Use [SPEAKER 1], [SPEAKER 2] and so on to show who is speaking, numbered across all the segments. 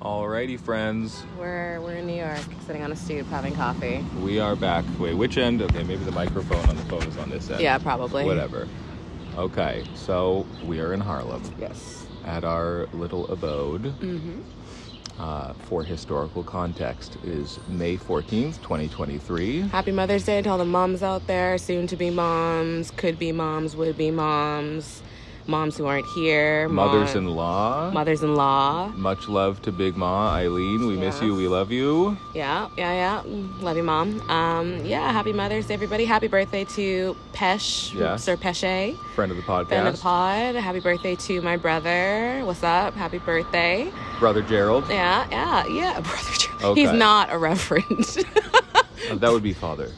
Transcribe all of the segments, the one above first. [SPEAKER 1] Alrighty, friends,
[SPEAKER 2] We're we're in New York, sitting on a stoop having coffee.
[SPEAKER 1] we are back. Wait, which end? Okay, maybe the microphone on the phone is on this end.
[SPEAKER 2] Yeah, probably.
[SPEAKER 1] Whatever. Okay, so we are in Harlem
[SPEAKER 2] Yes.
[SPEAKER 1] at our little abode.
[SPEAKER 2] Mm-hmm.
[SPEAKER 1] Uh, for historical context, is May fourteenth, twenty twenty-three.
[SPEAKER 2] Happy Mother's Day to all the moms out there, soon to be moms, could be moms, would be moms, moms who aren't here, mom-
[SPEAKER 1] Mothers-in-law.
[SPEAKER 2] mothers-in-law.
[SPEAKER 1] Much love to Big Ma Eileen. We miss
[SPEAKER 2] Yeah.
[SPEAKER 1] you. We love you.
[SPEAKER 2] Yeah, yeah, yeah. Love you, mom. Um, yeah. Happy Mother's Day, everybody. Happy birthday to Pesh,
[SPEAKER 1] Yes.
[SPEAKER 2] Sir Peshe.
[SPEAKER 1] Friend of the podcast.
[SPEAKER 2] Fan of the pod. Happy birthday to my brother. What's up? Happy birthday.
[SPEAKER 1] Brother Gerald.
[SPEAKER 2] Yeah, yeah, yeah. Brother Gerald. He's
[SPEAKER 1] Okay.
[SPEAKER 2] not a reverend.
[SPEAKER 1] Uh, That would be father.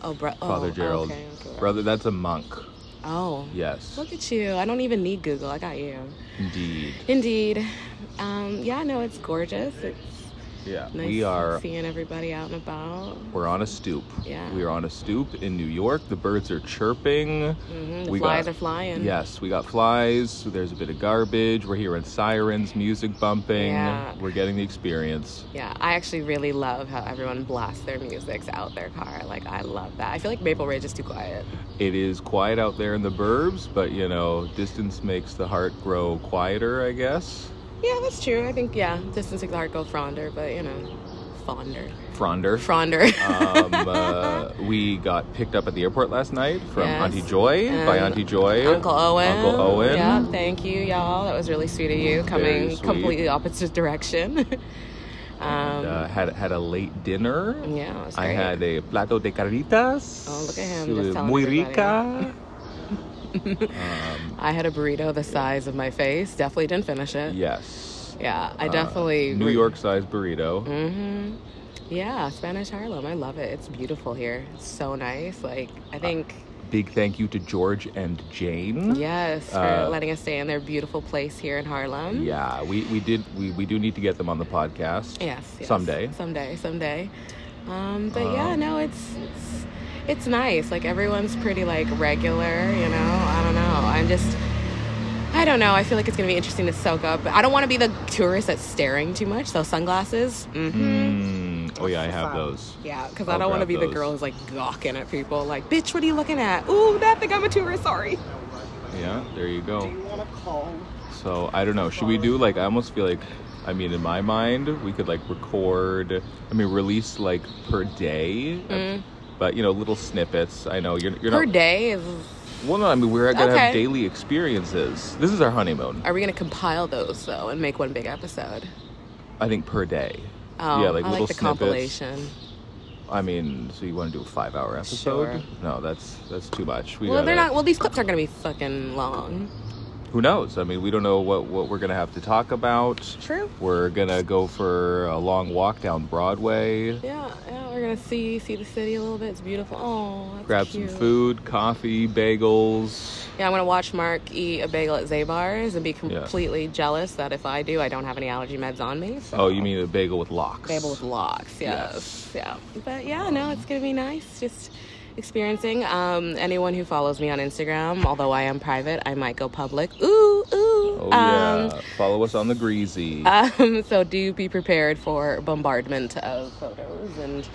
[SPEAKER 2] oh, bro- oh,
[SPEAKER 1] Father Gerald.
[SPEAKER 2] okay, okay.
[SPEAKER 1] Brother, that's a monk.
[SPEAKER 2] Oh.
[SPEAKER 1] Yes.
[SPEAKER 2] Look at you. I don't even need Google. I got you.
[SPEAKER 1] Indeed.
[SPEAKER 2] Indeed. Um, yeah, no, it's gorgeous. It's
[SPEAKER 1] Yeah.
[SPEAKER 2] nice
[SPEAKER 1] we are
[SPEAKER 2] seeing everybody out and about.
[SPEAKER 1] we're on a stoop.
[SPEAKER 2] Yeah.
[SPEAKER 1] We are on a stoop in New York. The birds are chirping.
[SPEAKER 2] hmm The
[SPEAKER 1] We
[SPEAKER 2] flies
[SPEAKER 1] got-
[SPEAKER 2] are flying.
[SPEAKER 1] Yes, we got flies. There's a bit of garbage. We're hearing sirens, music bumping.
[SPEAKER 2] Yeah.
[SPEAKER 1] We're getting the experience.
[SPEAKER 2] Yeah, I actually really love how everyone blasts their musics out their car. Like, I love that. I feel like Maple Ridge is too quiet.
[SPEAKER 1] It is quiet out there in the burbs, but you know, distance makes the heart grow quieter, I guess.
[SPEAKER 2] Yeah, that's true. I think, yeah, distance makes the heart go fronder, but you know, fonder.
[SPEAKER 1] Fronder.
[SPEAKER 2] Fronder.
[SPEAKER 1] um, uh, we got picked up at the airport last night from
[SPEAKER 2] Yes.
[SPEAKER 1] Auntie Joy by
[SPEAKER 2] And
[SPEAKER 1] Auntie Joy,
[SPEAKER 2] Uncle Owen.
[SPEAKER 1] Uncle Owen.
[SPEAKER 2] Yeah, thank you, y'all. That was really sweet of you, coming
[SPEAKER 1] sweet.
[SPEAKER 2] completely opposite direction. um,
[SPEAKER 1] And, uh, had had a late dinner.
[SPEAKER 2] yeah, it was
[SPEAKER 1] I
[SPEAKER 2] great.
[SPEAKER 1] had a plato de caritas.
[SPEAKER 2] Oh, look at him,
[SPEAKER 1] It
[SPEAKER 2] just
[SPEAKER 1] was
[SPEAKER 2] telling
[SPEAKER 1] muy
[SPEAKER 2] everybody.
[SPEAKER 1] rica. um,
[SPEAKER 2] I had a burrito the size of my face. Definitely didn't finish it. Yeah,
[SPEAKER 1] yes.
[SPEAKER 2] I
[SPEAKER 1] Uh,
[SPEAKER 2] definitely.
[SPEAKER 1] New York sized burrito.
[SPEAKER 2] hmm Yeah, Spanish Harlem. I love it. It's beautiful here. It's so nice. Like, I
[SPEAKER 1] Uh,
[SPEAKER 2] think.
[SPEAKER 1] Big thank you to George and Jane.
[SPEAKER 2] Yes, for
[SPEAKER 1] Uh,
[SPEAKER 2] letting us stay in their beautiful place here in Harlem.
[SPEAKER 1] Yeah, we, we did we, we do need to get them on the podcast.
[SPEAKER 2] Yes, yes.
[SPEAKER 1] Someday.
[SPEAKER 2] Someday. Someday. Um, but yeah,
[SPEAKER 1] Um,
[SPEAKER 2] no, it's it's it's nice. Like everyone's pretty like regular, you know. I don't know. I'm just I don't know. I feel like it's gonna be interesting to soak up. I don't want to be the tourist that's staring too much. So sunglasses. Mm-hmm.
[SPEAKER 1] Mm, oh yeah, I have
[SPEAKER 2] Fun.
[SPEAKER 1] those.
[SPEAKER 2] Yeah, because
[SPEAKER 1] I'll
[SPEAKER 2] I don't want to
[SPEAKER 1] grab
[SPEAKER 2] be
[SPEAKER 1] those.
[SPEAKER 2] the girl who's like gawking at people, like, "Bitch, what are you looking at?" Ooh, that think I'm a tourist. Sorry.
[SPEAKER 1] Yeah, there you go.
[SPEAKER 3] want to call?
[SPEAKER 1] So I don't know. Should we do like? I almost feel like, I mean, in my mind, we could like record. I mean, release like per day, but you know, little snippets. I know you're you're
[SPEAKER 2] Mm. Per
[SPEAKER 1] not.
[SPEAKER 2] day is.
[SPEAKER 1] Well, no, I mean, we're gonna have
[SPEAKER 2] Okay.
[SPEAKER 1] daily experiences. This is our honeymoon.
[SPEAKER 2] Are we gonna compile those though and make one big episode?
[SPEAKER 1] I think per day.
[SPEAKER 2] Oh,
[SPEAKER 1] yeah, like
[SPEAKER 2] I
[SPEAKER 1] little
[SPEAKER 2] like the
[SPEAKER 1] snippets.
[SPEAKER 2] compilation.
[SPEAKER 1] I mean, so you want to do a five-hour episode?
[SPEAKER 2] Sure.
[SPEAKER 1] No, that's that's too much. We
[SPEAKER 2] well, they're
[SPEAKER 1] gotta-
[SPEAKER 2] not. Well, these clips aren't gonna be fucking long.
[SPEAKER 1] Who knows? I mean, we don't know what what we're gonna have to talk about.
[SPEAKER 2] True.
[SPEAKER 1] We're gonna go for a long walk down Broadway.
[SPEAKER 2] Yeah, yeah. We're gonna see see the city a little bit. It's beautiful. Oh, that's
[SPEAKER 1] grab
[SPEAKER 2] cute.
[SPEAKER 1] some food, coffee, bagels.
[SPEAKER 2] Yeah, I'm gonna watch Mark eat a bagel at Zabar's and be
[SPEAKER 1] Yeah.
[SPEAKER 2] completely jealous that if I do, I don't have any allergy meds on me. So.
[SPEAKER 1] Oh, you mean a bagel with locks?
[SPEAKER 2] bagel with locks? Yes. Yeah. But yeah, no, it's gonna be nice. Just experiencing. Um, anyone who follows me on Instagram, although I am private, I might go public. Ooh, ooh.
[SPEAKER 1] Oh
[SPEAKER 2] um,
[SPEAKER 1] yeah. Follow us on the Greasy.
[SPEAKER 2] Um, so do be prepared for bombardment of photos and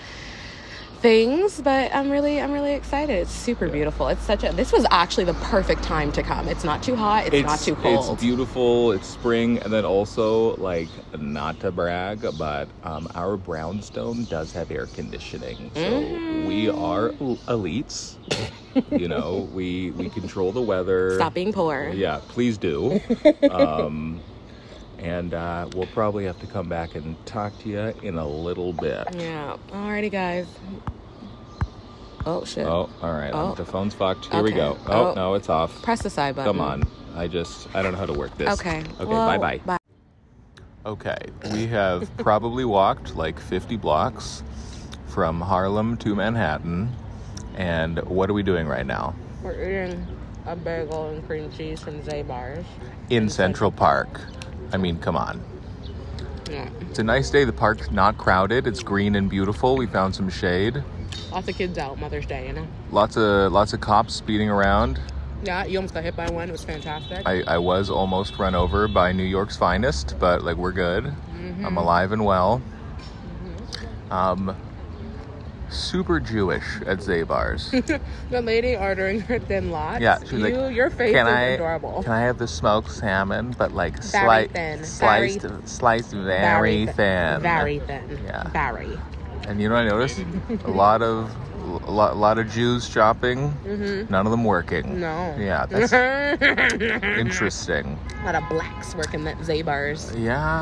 [SPEAKER 2] things. But I'm really, I'm really excited. It's super beautiful. It's such a. This was actually the perfect time to come. It's not too hot. It's, not too cold.
[SPEAKER 1] It's beautiful. It's spring, and then also like not to brag, but um, our brownstone does have air conditioning, so we
[SPEAKER 2] Mm-hmm.
[SPEAKER 1] are l- elites. you know, we we control the weather.
[SPEAKER 2] Stop being poor.
[SPEAKER 1] Yeah, please do. um, and uh, we'll probably have to come back and talk to you in a little bit.
[SPEAKER 2] Yeah. Alrighty, guys. Oh shit.
[SPEAKER 1] Oh, all right.
[SPEAKER 2] Oh.
[SPEAKER 1] The phone's fucked. Here we
[SPEAKER 2] Okay.
[SPEAKER 1] go. Oh,
[SPEAKER 2] Oh.
[SPEAKER 1] no, it's off.
[SPEAKER 2] Press the side button.
[SPEAKER 1] Come on. I just, I don't know how to work this.
[SPEAKER 2] Okay.
[SPEAKER 1] Okay,
[SPEAKER 2] Well,
[SPEAKER 1] bye bye. Okay, we have probably walked like 50 blocks from Harlem to Manhattan. And what are we doing right now?
[SPEAKER 2] We're eating a bagel and cream cheese from Zabar's.
[SPEAKER 1] In Central Park. I mean, come on.
[SPEAKER 2] Yeah.
[SPEAKER 1] It's a nice day. The park's not crowded. It's green and beautiful. We found some shade.
[SPEAKER 2] Lots of kids out Mother's Day, you know.
[SPEAKER 1] Lots of lots of cops speeding around.
[SPEAKER 2] Yeah, you almost got hit by one. It was fantastic.
[SPEAKER 1] I, I was almost run over by New York's finest, but like we're good.
[SPEAKER 2] Mm-hmm.
[SPEAKER 1] I'm alive and well. Um, super Jewish at Zabar's.
[SPEAKER 2] The lady ordering her thin lots.
[SPEAKER 1] Yeah, she was
[SPEAKER 2] you,
[SPEAKER 1] like,
[SPEAKER 2] your face
[SPEAKER 1] can
[SPEAKER 2] is
[SPEAKER 1] I
[SPEAKER 2] adorable.
[SPEAKER 1] can I have the smoked salmon, but like
[SPEAKER 2] Very
[SPEAKER 1] sliced,
[SPEAKER 2] thin. Very-
[SPEAKER 1] sliced, sliced very, thin,
[SPEAKER 2] Very thin.
[SPEAKER 1] Yeah.
[SPEAKER 2] Very.
[SPEAKER 1] And you know what I noticed? a lot of a lot, a lot of Jews shopping. None of them working.
[SPEAKER 2] Mm-hmm. No.
[SPEAKER 1] Yeah, that's
[SPEAKER 2] a
[SPEAKER 1] interesting.
[SPEAKER 2] lot of blacks working that Zabar's.
[SPEAKER 1] Yeah,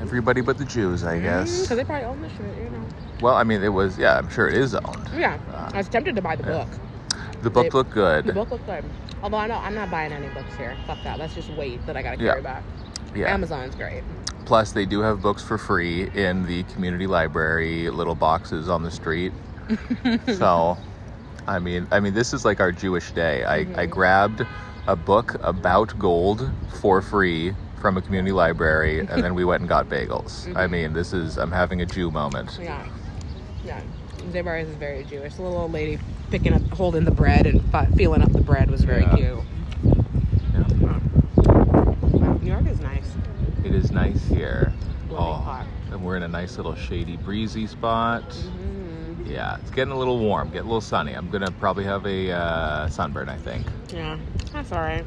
[SPEAKER 1] everybody but the Jews,
[SPEAKER 2] Mm-hmm.
[SPEAKER 1] I guess.
[SPEAKER 2] Because they probably own the shit, you know.
[SPEAKER 1] Well, I mean, it was. Yeah, I'm sure it is owned.
[SPEAKER 2] Yeah.
[SPEAKER 1] Uh,
[SPEAKER 2] I was tempted to buy the
[SPEAKER 1] yeah.
[SPEAKER 2] book.
[SPEAKER 1] The book
[SPEAKER 2] They-
[SPEAKER 1] looked good.
[SPEAKER 2] The book looked good. Although I know I'm not buying any books here. Fuck that. That's just weight that I gotta
[SPEAKER 1] Yeah.
[SPEAKER 2] carry back.
[SPEAKER 1] yeah.
[SPEAKER 2] Amazon's great.
[SPEAKER 1] Plus, they do have books for free in the community library, little boxes on the street. so, I mean, I mean, this is like our Jewish day. I,
[SPEAKER 2] Mm-hmm.
[SPEAKER 1] I grabbed a book about gold for free from a community library, and then we went and got bagels. I mean, this is I'm having a Jew moment.
[SPEAKER 2] Mm-hmm. Yeah. Yeah. Zabar's is very Jewish. The little old lady picking up, holding the bread and f- feeling up the bread was very
[SPEAKER 1] Yeah.
[SPEAKER 2] cute. Wow. New York is nice.
[SPEAKER 1] It is nice here.
[SPEAKER 2] Lovely
[SPEAKER 1] Oh,
[SPEAKER 2] hot.
[SPEAKER 1] and we're in a nice little shady, breezy spot.
[SPEAKER 2] Mm,
[SPEAKER 1] Yeah, it's getting a little warm, getting a little sunny. I'm gonna probably have a uh, sunburn, I think.
[SPEAKER 2] yeah, that's all right.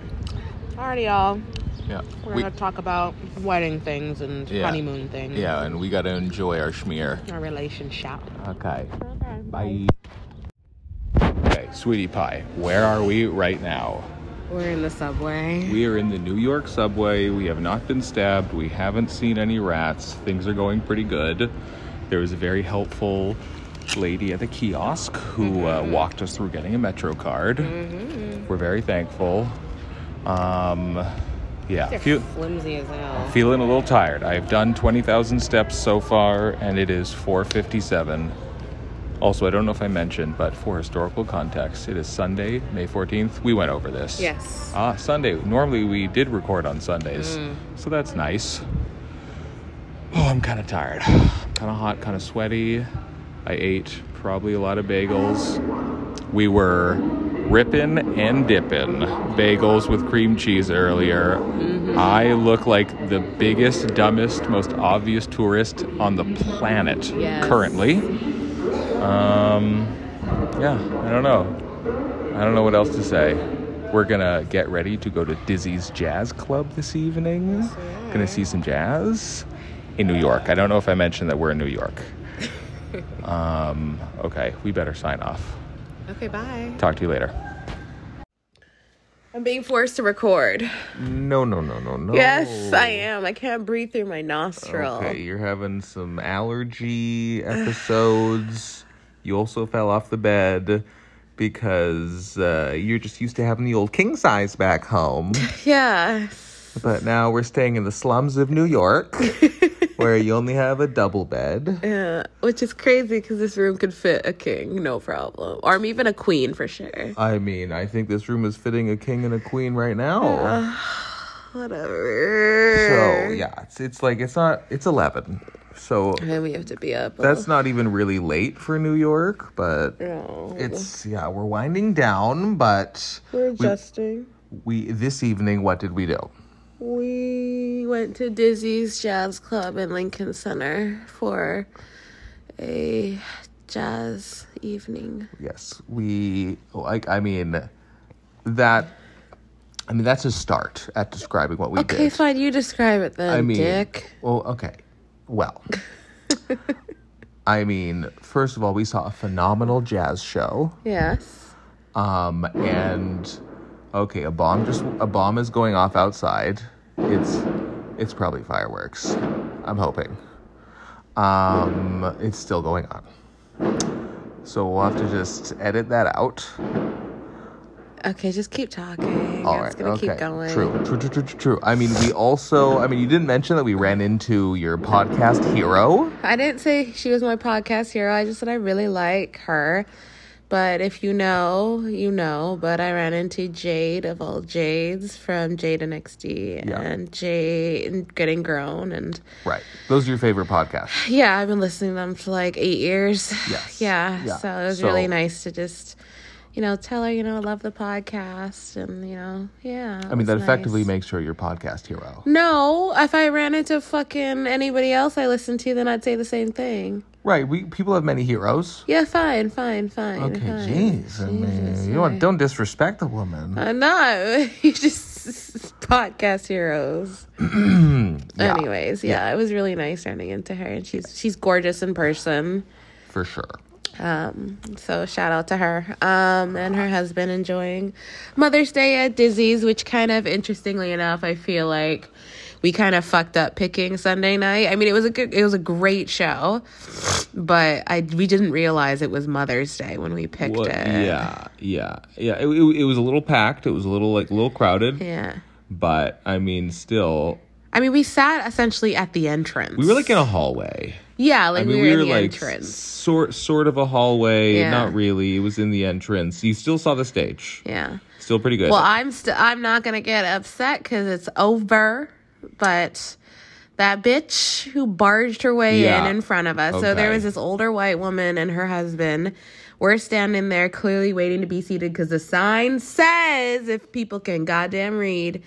[SPEAKER 2] Alrighty, y'all.
[SPEAKER 1] Yeah.
[SPEAKER 2] We're
[SPEAKER 1] We-
[SPEAKER 2] gonna talk about wedding things and
[SPEAKER 1] Yeah.
[SPEAKER 2] honeymoon things.
[SPEAKER 1] Yeah, and we got to enjoy our schmear.
[SPEAKER 2] Our relationship.
[SPEAKER 1] Okay.
[SPEAKER 2] Okay.
[SPEAKER 1] Bye. Okay, sweetie pie, where are we right now?
[SPEAKER 2] We're in the subway.
[SPEAKER 1] We are in the New York subway. We have not been stabbed. We haven't seen any rats. Things are going pretty good. There was a very helpful lady at the kiosk who uh, walked us through getting a Metro card. We're very thankful. Um, yeah,
[SPEAKER 2] They're
[SPEAKER 1] few,
[SPEAKER 2] flimsy as hell.
[SPEAKER 1] feeling a little tired. I've done 20,000 steps so far and it is 457. Also, I don't know if I mentioned, but for historical context, it is Sunday, May 14th. We went over this.
[SPEAKER 2] yes.
[SPEAKER 1] Ah, Sunday. Normally we did record on Sundays, so that's nice. Oh, I'm kind of tired. kind of hot, kind of sweaty. I ate probably a lot of bagels. We were ripping and dipping bagels with cream cheese earlier. I look like the biggest, dumbest, most obvious tourist on the planet
[SPEAKER 2] Yes.
[SPEAKER 1] currently. Um, yeah, I don't know. I don't know what else to say. We're gonna get ready to go to Dizzy's Jazz Club this evening. Gonna see some jazz in New York. I don't know if I mentioned that we're in New York. um, okay, we better sign off.
[SPEAKER 2] Okay. Bye.
[SPEAKER 1] Talk to you later.
[SPEAKER 2] I'm being forced to record.
[SPEAKER 1] Oh. No, no, no, no, no.
[SPEAKER 2] Yes, I am. I can't breathe through my nostril.
[SPEAKER 1] Okay, you're having some allergy episodes. you also fell off the bed because uh, you're just used to having the old king size back home.
[SPEAKER 2] Yeah.
[SPEAKER 1] But now we're staying in the slums of New York, where you only have a double bed.
[SPEAKER 2] Yeah, Uh, which is crazy because this room could fit a king, no problem, or I'm even a queen for sure.
[SPEAKER 1] I mean, I think this room is fitting a king and a queen right now.
[SPEAKER 2] Whatever.
[SPEAKER 1] So yeah, it's it's like it's not it's eleven, so
[SPEAKER 2] And then we have to be up.
[SPEAKER 1] that's not even really late for New York. But
[SPEAKER 2] no.
[SPEAKER 1] it's yeah, we're winding down. But
[SPEAKER 2] We're adjusting.
[SPEAKER 1] we this evening, what did we do?
[SPEAKER 2] We went to Dizzy's Jazz Club in Lincoln Center for a jazz evening.
[SPEAKER 1] Yes, we like. I mean, that. I mean, that's a start at describing what we did.
[SPEAKER 2] Okay, fine. You describe it then,
[SPEAKER 1] I mean,
[SPEAKER 2] Dick.
[SPEAKER 1] well, okay, well, I mean, first of all, we saw a phenomenal jazz show,
[SPEAKER 2] Yes.
[SPEAKER 1] um, and okay, a bomb just a bomb is going off outside. It's it's probably fireworks. I'm hoping. Um, it's still going on, so we'll have to just edit that out.
[SPEAKER 2] Okay, just keep talking.
[SPEAKER 1] All
[SPEAKER 2] it's
[SPEAKER 1] right.
[SPEAKER 2] gonna
[SPEAKER 1] okay.
[SPEAKER 2] keep going.
[SPEAKER 1] True. True. True. True. True. True. I mean, we also. I mean, you didn't mention that we ran into your podcast hero.
[SPEAKER 2] I didn't say she was my podcast hero. I just said I really like her. But if you know, you know. But I ran into Jade of all Jades from Jade NXT
[SPEAKER 1] Yeah.
[SPEAKER 2] and Jade and Getting Grown. And
[SPEAKER 1] Right. Those are your favorite podcasts.
[SPEAKER 2] yeah, I've been listening to them for like eight years.
[SPEAKER 1] Yes.
[SPEAKER 2] Yeah.
[SPEAKER 1] Yeah.
[SPEAKER 2] So it was
[SPEAKER 1] So-
[SPEAKER 2] really nice to just you know, tell her, you know, I love the podcast and, you know, yeah.
[SPEAKER 1] I mean, that effectively makes her your podcast hero.
[SPEAKER 2] No, if I ran into fucking anybody else I listened to, then I'd say the same thing.
[SPEAKER 1] Right. We people have many heroes.
[SPEAKER 2] Yeah, fine, fine, fine.
[SPEAKER 1] Okay,
[SPEAKER 2] fine.
[SPEAKER 1] jeez. I mean, you don't, don't disrespect a woman.
[SPEAKER 2] I'm not. You just podcast heroes. Anyways, yeah, it was really nice running into her, and she's she's gorgeous in person.
[SPEAKER 1] for sure.
[SPEAKER 2] Um, so shout out to her um, and her husband enjoying Mother's Day at Dizzy's, which kind of interestingly enough, I feel like we kind of fucked up picking Sunday night. I mean, it was a good, it was a great show, but I we didn't realize it was Mother's Day when we picked
[SPEAKER 1] Well,
[SPEAKER 2] it.
[SPEAKER 1] yeah, yeah, yeah. It, it, it was a little packed. It was a little like a little crowded,
[SPEAKER 2] Yeah.
[SPEAKER 1] but I mean, still,
[SPEAKER 2] I mean, we sat essentially at the entrance.
[SPEAKER 1] we were like in a hallway.
[SPEAKER 2] yeah, like
[SPEAKER 1] I mean,
[SPEAKER 2] we were, in the
[SPEAKER 1] like
[SPEAKER 2] entrance.
[SPEAKER 1] sort sort of a hallway.
[SPEAKER 2] Yeah.
[SPEAKER 1] Not really. It was in the entrance. You still saw the stage.
[SPEAKER 2] Yeah.
[SPEAKER 1] Still pretty good.
[SPEAKER 2] Well, I'm st- I'm not gonna get upset because it's over, but that bitch who barged her way
[SPEAKER 1] Yeah.
[SPEAKER 2] in in front of us. So there
[SPEAKER 1] Okay.
[SPEAKER 2] was this older white woman and her husband. We're standing there clearly waiting to be seated because the sign says, if people can goddamn read,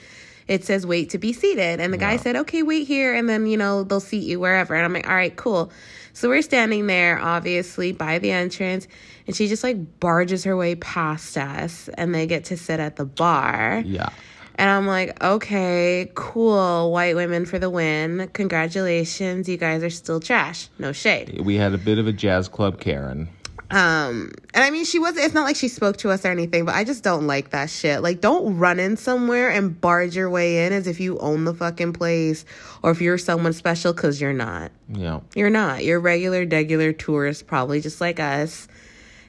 [SPEAKER 2] it says wait to be seated. And the guy said, okay, wait here. And then, you know, they'll seat you wherever. And I'm like, all right, cool. So we're standing there, obviously, by the entrance. And she just like barges her way past us. And they get to sit at the bar.
[SPEAKER 1] yeah.
[SPEAKER 2] And I'm like, okay, cool, white women for the win. Congratulations, you guys are still trash. No shade.
[SPEAKER 1] We had a bit of a jazz club, Karen.
[SPEAKER 2] Um, and I mean, she was. It's not like she spoke to us or anything, but I just don't like that shit. Like, don't run in somewhere and barge your way in as if you own the fucking place or if you're someone special, cause you're not.
[SPEAKER 1] Yeah.
[SPEAKER 2] You're not. You're regular, regular tourist, probably just like us.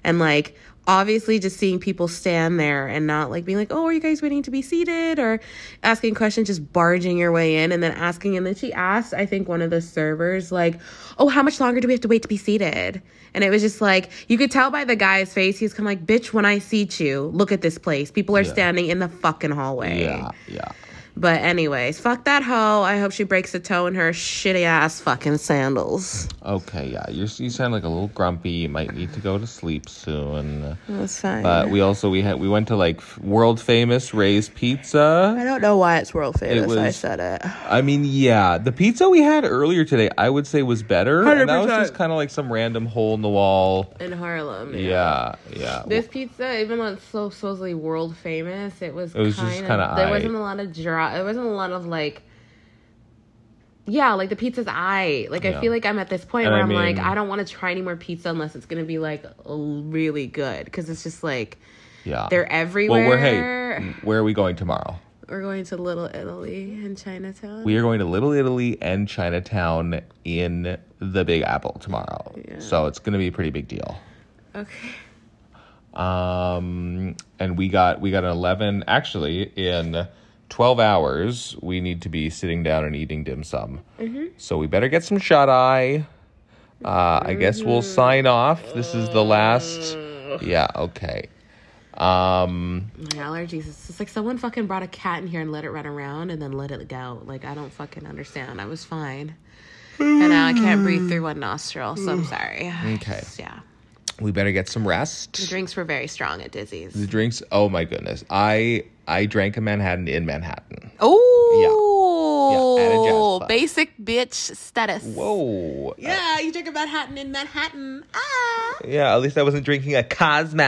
[SPEAKER 2] And like, obviously, just seeing people stand there and not like being like, oh, are you guys waiting to be seated? Or asking questions, just barging your way in and then asking. And then she asked, I think, one of the servers, like, oh, how much longer do we have to wait to be seated? And it was just like, you could tell by the guy's face, he's kind of like, bitch, when I seat you, look at this place. People are standing in the fucking hallway.
[SPEAKER 1] Yeah. Yeah.
[SPEAKER 2] But, anyways, fuck that hoe. I hope she breaks a toe in her shitty ass fucking sandals.
[SPEAKER 1] Okay. Yeah. You're, you sound like a little grumpy. You might need to go to sleep soon.
[SPEAKER 2] That's fine.
[SPEAKER 1] But we also we had we went to like f- world famous Ray's Pizza.
[SPEAKER 2] I don't know why it's world famous.
[SPEAKER 1] It was-
[SPEAKER 2] I said it.
[SPEAKER 1] I mean, yeah, the pizza we had earlier today, I would say was better. And that was
[SPEAKER 2] 100%.
[SPEAKER 1] just kind of like some random hole in the wall.
[SPEAKER 2] In Harlem.
[SPEAKER 1] Yeah, yeah.
[SPEAKER 2] This pizza, even though it's so supposedly world famous, it was,
[SPEAKER 1] It was just
[SPEAKER 2] kind
[SPEAKER 1] kinda
[SPEAKER 2] of there
[SPEAKER 1] aight.
[SPEAKER 2] wasn't a lot of draw. There wasn't a lot of like, yeah, like the pizza's eye. Like
[SPEAKER 1] Yeah.
[SPEAKER 2] I feel like I'm at this point
[SPEAKER 1] And
[SPEAKER 2] where
[SPEAKER 1] I
[SPEAKER 2] I am like,
[SPEAKER 1] mean-
[SPEAKER 2] I don't want to try any more pizza unless it's gonna be like really good because it's just like
[SPEAKER 1] yeah.
[SPEAKER 2] they're everywhere.
[SPEAKER 1] well, we're hey, where are we going tomorrow?
[SPEAKER 2] We're going to Little Italy in Chinatown.
[SPEAKER 1] We are going to Little Italy and Chinatown in the Big Apple tomorrow. So it's going to be a pretty big deal.
[SPEAKER 2] okay.
[SPEAKER 1] Um, and we got we got an eleven. Actually, in twelve hours, we need to be sitting down and eating dim sum. So we better get some shut eye. Uh, I guess we'll sign off. This is the last. Yeah. Okay. Um.
[SPEAKER 2] My allergies. It's just like someone fucking brought a cat in here and let it run around and then let it go. Like I don't fucking understand. I was fine. And now I can't breathe through one nostril, so I'm sorry.
[SPEAKER 1] Okay.
[SPEAKER 2] Just, yeah.
[SPEAKER 1] We better get some rest.
[SPEAKER 2] Drinks were very strong at Dizzy's.
[SPEAKER 1] The drinks. Oh my goodness. I I drank a Manhattan in Manhattan.
[SPEAKER 2] Oh,
[SPEAKER 1] Yeah, at a jazz club.
[SPEAKER 2] basic bitch status.
[SPEAKER 1] Whoa.
[SPEAKER 2] Yeah, you drink a Manhattan in Manhattan. Ah.
[SPEAKER 1] Yeah, at least I wasn't drinking a Cosmo.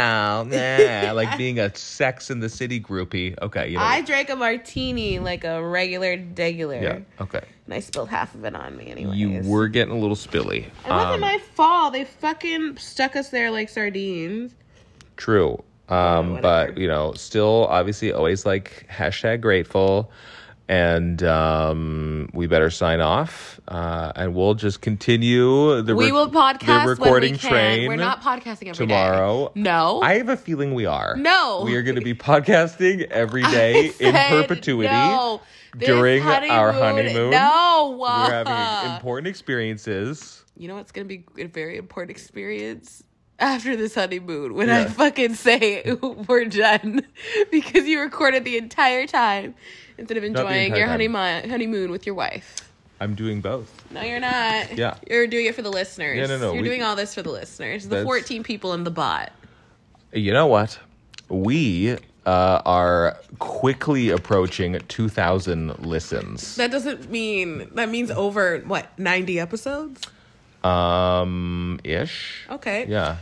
[SPEAKER 1] Yeah, like being a Sex in the City groupie. Okay, you know.
[SPEAKER 2] I drank a martini like a regular degular.
[SPEAKER 1] yeah. Okay.
[SPEAKER 2] And I spilled half of it on me anyways.
[SPEAKER 1] You were um, getting a little spilly. Uh,
[SPEAKER 2] It wasn't my fault. They fucking stuck us there like sardines.
[SPEAKER 1] True. Um, but you know, still obviously always like hashtag grateful. And um, we better sign off. Uh, and we'll just continue the
[SPEAKER 2] We
[SPEAKER 1] re-
[SPEAKER 2] will podcast
[SPEAKER 1] the recording
[SPEAKER 2] when we can.
[SPEAKER 1] train.
[SPEAKER 2] We're not podcasting every day.
[SPEAKER 1] tomorrow.
[SPEAKER 2] No.
[SPEAKER 1] I have a feeling we are.
[SPEAKER 2] No.
[SPEAKER 1] We are going to be podcasting every day in
[SPEAKER 2] said
[SPEAKER 1] perpetuity.
[SPEAKER 2] no. This
[SPEAKER 1] during our honeymoon,
[SPEAKER 2] No.
[SPEAKER 1] We're having important experiences.
[SPEAKER 2] you know what's going to be a very important experience? After this honeymoon, when I
[SPEAKER 1] Yeah.
[SPEAKER 2] fucking say we're done, because you recorded the entire time instead of
[SPEAKER 1] the
[SPEAKER 2] enjoying
[SPEAKER 1] entire
[SPEAKER 2] your
[SPEAKER 1] time.
[SPEAKER 2] honeymoon honeymoon with your wife.
[SPEAKER 1] I'm doing both.
[SPEAKER 2] No, you're not.
[SPEAKER 1] Yeah.
[SPEAKER 2] you're doing it for the listeners.
[SPEAKER 1] Yeah, no, no,
[SPEAKER 2] You're
[SPEAKER 1] we-
[SPEAKER 2] doing all this for the listeners, the
[SPEAKER 1] That's-
[SPEAKER 2] 14 people in the bot.
[SPEAKER 1] You know what? we uh, are quickly approaching 2,000 listens.
[SPEAKER 2] That doesn't mean that means over what ninety episodes.
[SPEAKER 1] Um, ish.
[SPEAKER 2] Okay.
[SPEAKER 1] Yeah.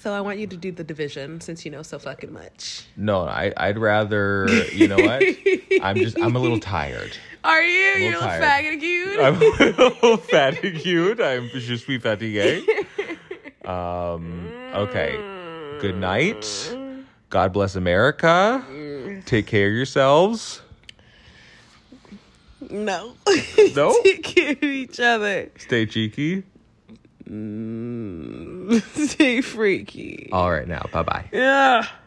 [SPEAKER 2] So I want you to do the division since you know so fucking much.
[SPEAKER 1] No, I, I'd rather, you know what? I'm just, I'm a little tired.
[SPEAKER 4] Are you? you
[SPEAKER 1] little
[SPEAKER 4] little
[SPEAKER 1] tired.
[SPEAKER 4] faggot cute.
[SPEAKER 1] I'm a little fatigued. I'm je suis fatigué. Um, okay. Good night. God bless America. Take care of yourselves.
[SPEAKER 2] No.
[SPEAKER 1] No?
[SPEAKER 2] Take care of each other.
[SPEAKER 1] Stay cheeky.
[SPEAKER 2] Stay freaky.
[SPEAKER 1] All right, now. Bye bye.
[SPEAKER 2] Yeah.